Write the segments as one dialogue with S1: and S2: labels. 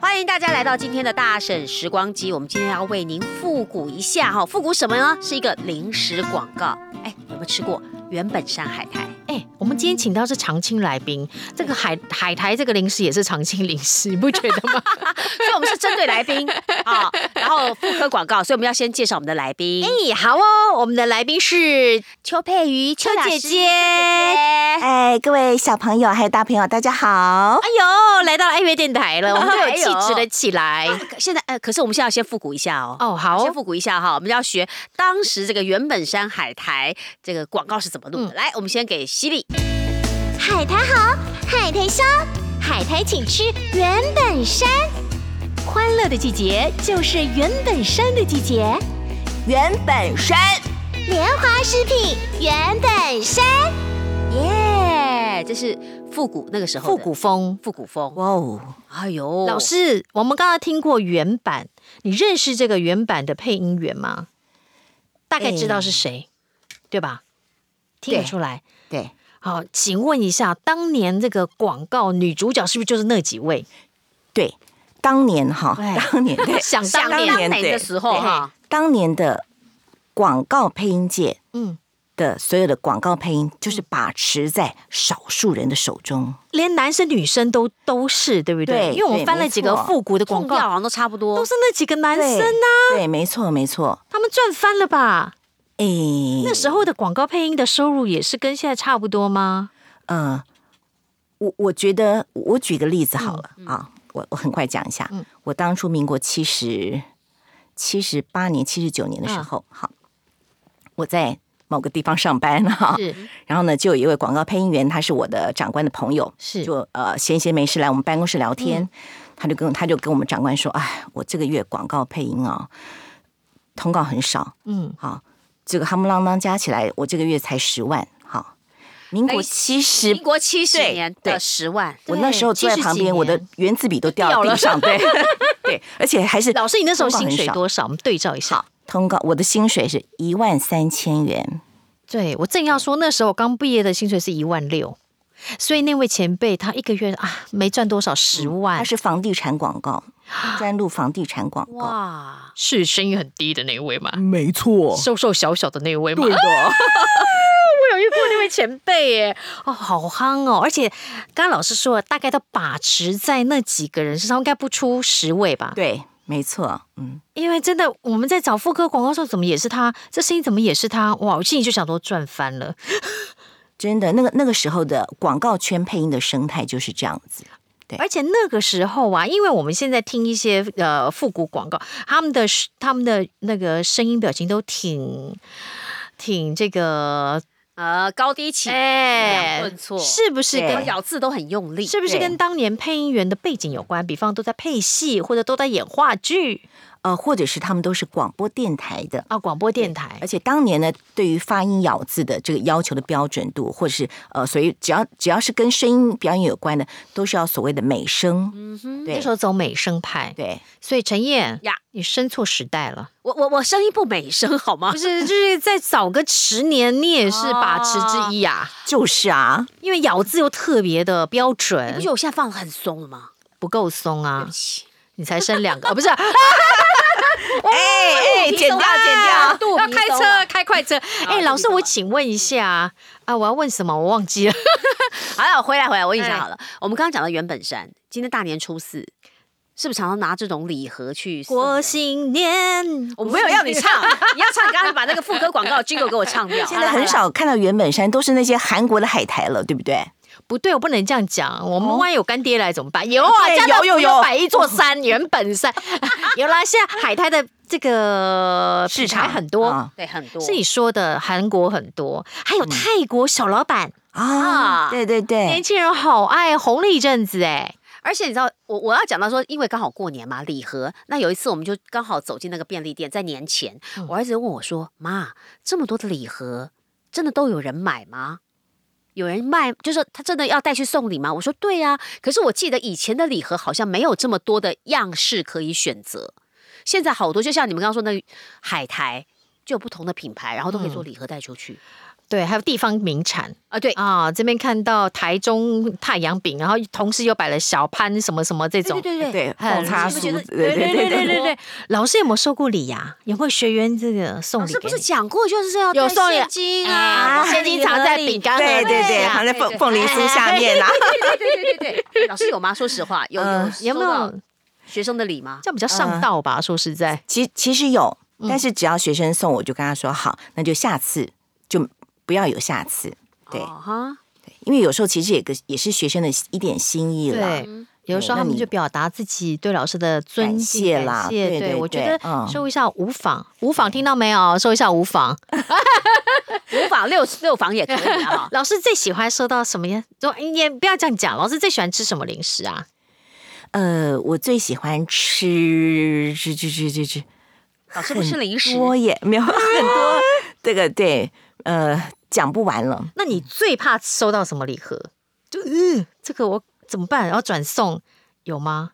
S1: 欢迎大家来到今天的大婶时光机。我们今天要为您复古一下哈，复古什么呢？是一个零食广告。哎，有没有吃过原本山海苔？
S2: 哎、我们今天请到是常青来宾，这个海海苔这个零食也是常青零食，你不觉得 吗？
S1: 所以我们是针对来宾啊、然后妇科广告，所以我们要先介绍我们的来宾。
S2: 哎，好哦，我们的来宾是
S1: 邱佩瑜，邱
S2: 姐姐。
S3: 哎，各位小朋友还有大朋友，大家好。
S2: 哎呦，来到了爱乐电台 了，我们就有
S1: 哎呦
S2: 气质了起来。
S1: 现在呃，可是我们现在要先复古一下哦。
S2: 哦，好
S1: 先复古一下哈，我们要学当时这个原本山海苔这个广告是怎么
S2: 嗯
S1: 录的。来，我们先给犀利，
S4: 海苔好，海苔香，海苔请吃原本山。欢乐的季节就是原本山的季节，
S3: 原本山，
S4: 莲花食品原本山。
S1: 耶！哎这是复古那个时候
S2: 复
S1: 的
S2: 古风。
S1: 复古风。
S3: 哇哦，
S1: 哎呦，
S2: 老师，我们刚刚听过原版，你认识这个原版的配音员吗？大概知道是谁，对吧？听得
S3: 对
S2: 出来。
S3: 对，
S2: 好，请问一下，当年这个广告女主角是不是就是那几位？
S3: 对，当年哈，
S2: 哎
S3: 当年对，
S2: 想当
S1: 当
S2: 年，
S1: 年
S3: 对
S1: 的时候哈，
S3: 当年的广告配音界
S2: 嗯，
S3: 的所有的广告配音，就是把持在少数人的手中。
S4: 啊
S2: 连男生女生都都是，对不对？
S3: 对
S2: 因为我们翻了几个
S3: 对没错
S2: 复古的广
S1: 广告好
S2: 告，
S1: 像都差不多
S2: 都。是那几个男生
S3: 对
S2: 呐、
S3: 对，没错，没错。
S2: 他们赚翻了吧？
S3: 哎，
S2: 那时候的广告配音的收入也是跟现在差不多吗？
S3: 呃，我我觉得，我举个例子好了、啊，我我很快讲一下。
S2: 嗯
S3: 我当初民国七十七十八年、七十九年的
S2: 嗯
S3: 时候，好，我在某个地方上班哈、
S2: 是
S3: 然后呢，就有一位广告配音员，他是我的长官的朋友，
S2: 是嗯
S3: 就呃闲闲没事来我们办公室聊天，他就跟他就跟我们长官说，哎，我这个月广告配音啊、通告很少，
S2: 嗯，
S3: 好，这个哈姆啷当加起来，我这个月才十万，好，民
S1: 哎
S3: 国七十
S1: 民国七十
S3: 对
S1: 年的
S3: 对
S1: 十万，
S3: 我那时候坐在
S2: 70
S3: 旁
S2: 几
S3: 边，我的
S2: 年
S3: 原子笔都掉到地上，对 对，而且还是
S2: 老师，你那时候
S3: 通告
S2: 薪
S3: 很
S2: 水
S3: 少
S2: 多少？我们对照一下。
S3: 通告，我的薪水是一万三千元，
S2: 对我正要说，那时候我刚毕业的薪水是一万六，所以那位前辈他一个月啊没赚多少，十万
S3: 它，是房地产 广告，专录房地产广告，
S1: 哇，
S2: 是声音很低的那一位嘛，
S3: 没错，
S2: 瘦瘦小小的那一位嘛。我
S3: 的，
S2: 有遇过那位前辈耶， 哦，好憨哦！而且刚刚老师说了，大概都把持在那几个人身上，应该不出十位吧？
S3: 对，没错，嗯，
S2: 因为真的我们在找副歌广告的时候，怎么也是他，这声音怎么也是他，哇！我心里就想说赚翻了。
S3: 真的，那个那个时候的广告圈配音的生态就是这样子，对
S2: 而且那个时候啊，因为我们现在听一些呃复古广告，他们的他们的那个声音表情都挺挺这个
S1: 呃，高低起
S2: 哎
S1: 两顿挫
S2: 是不是
S3: 对
S2: 跟
S1: 我咬字都很用力，
S2: 是不是
S3: 对
S2: 跟当年配音员的背景有关？比方都在配戏，或者都在演话剧
S3: 呃，或者是他们都是广播电台的。
S2: 啊，广播电台
S3: 而。且当年呢，对于发音咬字的这个要求的标准度，或者是呃，所以只要只要是跟声音表演有关的，都是要所谓的美声。嗯哼，
S2: 那
S3: 对
S2: 时候走美声派，
S3: 对，
S2: 所以陈燕
S1: 呀
S2: 你生错时代 了。
S1: 我我我声音不美声好吗
S2: 不？是，就是再早个十年，你也是把持之一啊，
S3: 就是啊，
S2: 因为咬字又特别的标
S1: 你哎不
S2: 准
S1: 觉，得我现在放的很松了吗？
S2: 不够松啊
S1: 对不。起
S2: 你才生两个，哦，不是，啊
S3: 哎哎，剪掉剪掉，
S1: 肚
S2: 要
S1: 皮
S2: 开
S1: 松了
S2: 车，开快车。哎、
S1: 肚
S2: 老
S1: 皮
S2: 师，
S1: 松
S2: 我
S1: 了
S2: 请问一下啊，我要问什么？我忘记了。
S1: 好了，回来回来，我跟你讲
S2: 哎
S1: 好了。我们刚刚讲到原本山，今天大年初四，是不是常常拿这种礼盒去送
S2: 国
S1: 人？
S2: 新年，
S1: 我没有要你唱， 你要唱，你刚才把那个副歌广告的 jingle 给我唱掉。
S3: 现在
S1: 好了。
S3: 很
S1: 好了
S3: 少看到原本山，都是那些韩国的海苔了，对不对？
S2: 不对，我不能这样讲。我们万一有干爹来怎么办？有啊，
S3: 哦对
S2: 家乐福
S3: 有有有
S2: 摆一座山，原本 山有啦。现在海苔的这个
S3: 市
S2: 品牌
S3: 场
S2: 很多，
S3: 啊嗯
S1: 对，很多
S2: 是你说的韩国很多，还有泰国小老板，
S3: 啊，对对
S2: 年
S3: 对，
S2: 轻人好爱红了一阵子哎。
S1: 而且你知道，我我要讲到说，因为刚好过年嘛，礼盒。那有一次，我们就刚好走进那个便利店，在年前，我儿子就问我说：“妈，这么多的礼盒，真的都有人买吗？有人卖，就是说他真的要带去送礼吗？”我说：“对呀、可是我记得以前的礼盒好像没有这么多的样式可以选择，现嗯在好多，就像你们刚刚说那个海苔，就有不同的品牌，然后都可以做礼盒带出去。
S2: 对，还有地方名产
S1: 啊，对，
S2: 啊，这边看到台中太阳饼，然后同时又摆了小潘什么什么这种。
S1: 对对对，
S3: 对，
S2: 很
S3: 红茶
S1: 是
S3: 酥
S1: 不是觉得，
S3: 对对对对。
S2: 对对，老师有没有收过礼呀、有没有学员这个送
S1: 老
S2: 礼
S1: 师
S2: 给
S1: 不
S2: 你？
S1: 是讲过就是要
S2: 有
S1: 带
S2: 送礼
S1: 现金
S2: 啊
S1: 啊，
S2: 现金藏在饼干盒
S3: 对
S2: 里
S3: 对对，
S2: 啊
S3: 藏在
S1: 对
S3: 凤
S1: 对
S3: 凤梨酥下面啦。
S1: 对对对对对， 老师有吗？说实话，有有
S3: 嗯
S1: 收
S2: 有没
S1: 到
S2: 呃有
S1: 学生的礼吗？
S2: 这样比较上道吧？说实在，
S3: 其其实有，
S1: 嗯
S3: 但是只要学生送，我就跟他说好，那就下次就不要有下次。对，
S1: 哦哈，
S3: 因为有时候其实也个也是学生的一点心意啦。
S2: 对，有时候
S3: 对那
S2: 他们
S3: 你
S2: 就表达自己对老师的尊
S3: 感
S2: 敬、
S3: 谢
S2: 感
S3: 啦
S2: 谢
S3: 对
S2: 对
S3: 对
S2: 我觉
S3: 对
S2: 得
S3: 嗯
S2: 收一下无妨，无妨，听到没有？收一下无妨。
S1: 五房六六房也可以啊。
S2: 老师最喜欢收到什么呀？就你也不要这样讲，老师最喜欢吃什么零食啊？
S3: 呃，我最喜欢吃吃吃吃吃吃，
S1: 老师不吃零食，啊
S3: 多也没有很多。这个对，呃，讲不完了。
S2: 那你最怕收到什么礼盒？就嗯，这个我怎么办？要转送有吗？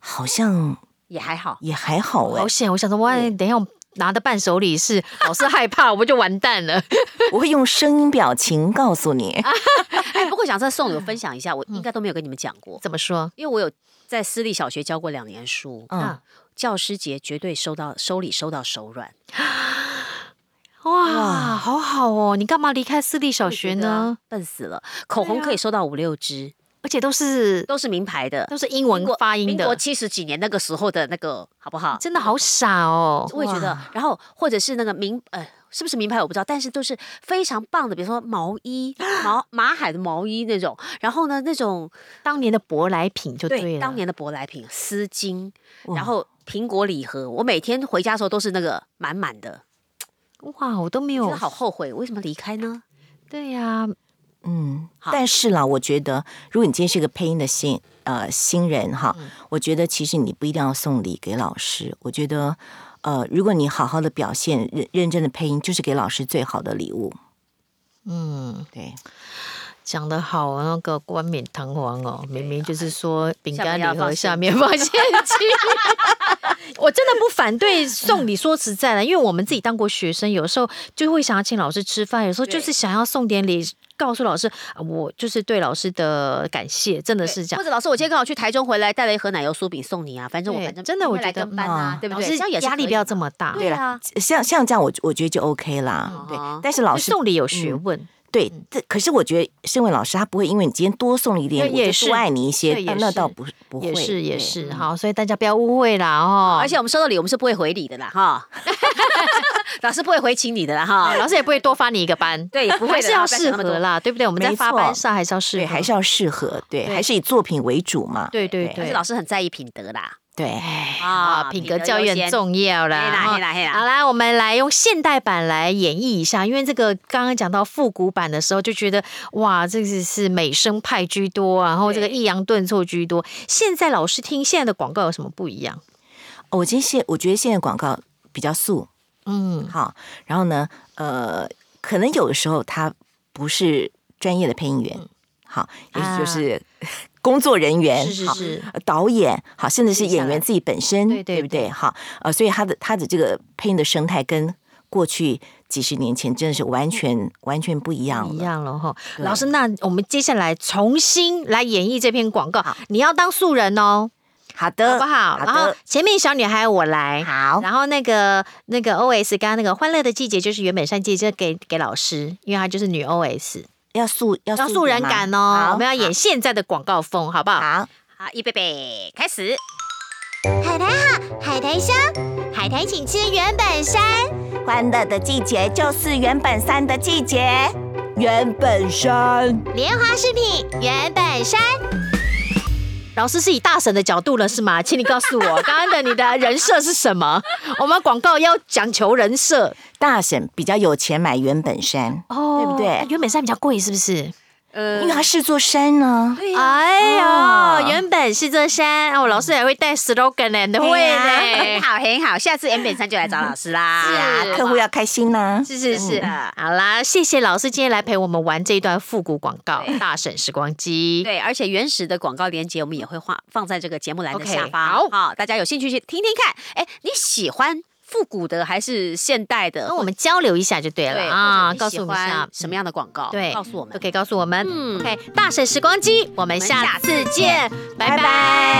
S3: 好像
S1: 也还好。
S3: 也还好哎、
S2: 好险！我想说，万一等一下我拿的伴手礼是老师害怕，我们就完蛋了。
S3: 我会用声音表情告诉你。
S1: 哎，不过讲在送有分享一下，
S2: 嗯
S1: 我应该都没有跟你们讲过，
S2: 怎么说？
S1: 因为我有在私立小学教过两年书，
S3: 嗯，
S1: 教师节绝对收到收礼收到手软。
S2: 哇，好好哦！你干嘛离开私立小学
S1: 我觉得啊
S2: 呢？？
S1: 笨死了，口
S2: 啊
S1: 红可以收到五六支，
S2: 而且都是
S1: 都是名牌的，
S2: 都是英文
S1: 民国
S2: 发音
S1: 民国
S2: 的，
S1: 七十几年那个时候的那个，好不好？
S2: 真的好傻哦！
S1: 我也觉得
S2: 哇，
S1: 然后或者是那个名呃，是不是名牌我不知道，但是都是非常棒的，比如说毛衣、毛马海的毛衣那种，然后呢那种
S2: 当年的舶来品就对啊了。
S1: 当年的舶来品丝巾，
S3: 哇
S1: 然后苹果礼盒，我每天回家的时候都是那个满满的，
S2: 哇，我都没
S1: 真
S2: 有
S1: 的。好后悔，为什么离开呢？
S2: 对呀、
S3: 嗯，
S1: 好
S3: 但是啦，我觉得如果你今天是个配音的新呃新人哈，
S2: 嗯
S3: 我觉得其实你不一定要送礼给老师，我觉得呃，如果你好好的表现，认认真的配音，就是给老师最好的礼物。嗯，对，
S2: 讲得好，啊那个冠冕堂皇哦，明明就是说饼
S1: 下
S2: 干
S1: 面要
S2: 礼
S1: 放
S2: 盒
S1: 现
S2: 下面放现金。 我真的不 反对送礼，说实在的，因为我们自己当过学生，有时候就会想要请老师吃饭，有时候就是想要送点礼，告诉老师啊我就是对老师的感谢，真的是这
S1: 或
S2: 样。
S1: 者老师，我今天刚好去台中回来，带了一盒奶油酥饼送你啊，反正我
S2: 对
S1: 反正
S2: 真的我
S1: 明天
S2: 觉得
S1: 来跟班啊，
S3: 嗯
S1: 对不
S2: 老
S1: 对？
S2: 师
S1: 这样也是
S2: 压
S1: 可
S2: 力
S1: 以
S2: 不要
S1: 的
S2: 这么大，
S1: 对啊，
S3: 像像这样我我觉得就 OK
S2: 哦
S3: 啦。对
S1: 嗯，
S3: 但是老
S2: 就
S3: 师
S2: 送礼有学问。
S3: 对，
S2: 嗯
S3: 这可是我觉得身为老师，他不会因为你今天多送了一点，
S2: 对也
S3: 我
S2: 是
S3: 就多爱你一些
S2: 对，也
S3: 啊那
S2: 是
S3: 倒不不会，
S2: 也是也
S3: 对
S2: 是，好，所以大家不要误会啦哦，
S1: 嗯而且我们收到礼，我们是不会回礼的啦， 哈。老师不会回请你的啦，哈。
S2: 啊老师也不会多发你一个班，
S1: 对也不会的
S2: 还是要
S1: 啦不要
S2: 适
S1: 想那么多
S2: 合啦，对不对？我们在
S3: 没
S2: 发
S3: 错
S2: 班上还是要适合，
S3: 对，还是要适合，对，还是以作品为主嘛，
S2: 对对
S1: 但
S2: 对
S1: 是。老师很在意品德啦，
S3: 对。
S2: 啊，品格教育
S1: 优
S2: 很
S1: 先
S2: 重要啦。
S1: 嘿啦
S2: 哦
S1: 嘿啦嘿啦
S2: 好啦，我们来用现代版来演绎一下，因为这个刚刚讲到复古版的时候，就觉得哇，这个是美声派居多，啊然后这个抑扬顿挫居多。现在老师听现在的广告有什么不一样？
S3: 哦我今天现我觉得现在广告比较素，
S2: 嗯，
S3: 好，然后呢，呃，可能有的时候他不是专业的配音员，好，也许
S2: 嗯啊
S3: 就是 工作人员，
S2: 是是
S3: 好
S2: 是
S3: 呃导演，好，甚至是
S2: 定下
S3: 演员
S2: 来
S3: 自己本身，
S2: 对对
S3: 不对？好，呃，所以他的他的这个配音的生态跟过去几十年前真的是完全完全不一样
S2: 嗯一
S3: 了。
S2: 样了哈。
S3: 对
S2: 老师，那我们接下来重新来演绎这篇广告，你要当素人哦，
S3: 好
S2: 好
S3: 的，
S2: 不好？
S3: 呃好
S2: 然后
S3: 的，
S2: 前面小女孩我来，
S3: 好，
S2: 然后那个那个 OS 刚刚那个欢乐的季节就是原本上季节就给给老师，因为她就是女 OS，
S3: 要素要
S2: 要
S3: 一
S2: 素人
S3: 点吗
S2: 感哦。
S3: 好
S2: 我们要演现在的广告风，好不好？
S3: 好。
S1: 好，预备备，开始。
S4: 海苔好，海苔香，海苔请吃原本山。
S3: 欢乐的季节就是原本山的季节，原本山。
S4: 莲花饰品原本山，
S2: 老师是以大神的角度了是吗？请你告诉 我，刚刚的你的人设是什么？我们广告要讲求人设，
S3: 大婶比较有钱买原本山，
S2: 哦
S3: 对不对
S2: 原本山比较贵是不是？
S1: 呃
S3: 因为它是座山呢、
S1: 对呀、
S2: 哎
S3: 哦
S2: 呦，原本是这山，哦，老师也会带 slogan 呢，你会
S3: 对啊
S1: 很
S2: 呢。
S1: 好很好，下次 M 本山就来找老师啦。
S2: 是
S3: 客户要开心啦、
S2: 是是是
S1: 真的，
S2: 好啦，谢谢老师今天来陪我们玩这一段复古广告《大婶时光机》。
S1: 对，而且原始的广告链接我们也会放放在这个节目栏的
S2: OK，
S1: 下方，
S2: 好
S1: 大家有兴趣去听听看。哎，你喜欢复古的还是现代的？
S2: 那嗯我们交流一下就对了
S1: 对
S2: 啊，
S1: 或者
S2: 告
S1: 你喜
S2: 诉我们一下
S1: 欢什么样的广告，
S2: 对，
S1: 告诉我们
S2: 都。可以告诉我们。
S1: 嗯
S2: OK，大婶时光机，我们
S1: 我们
S2: 下
S1: 下
S2: 次见，拜拜。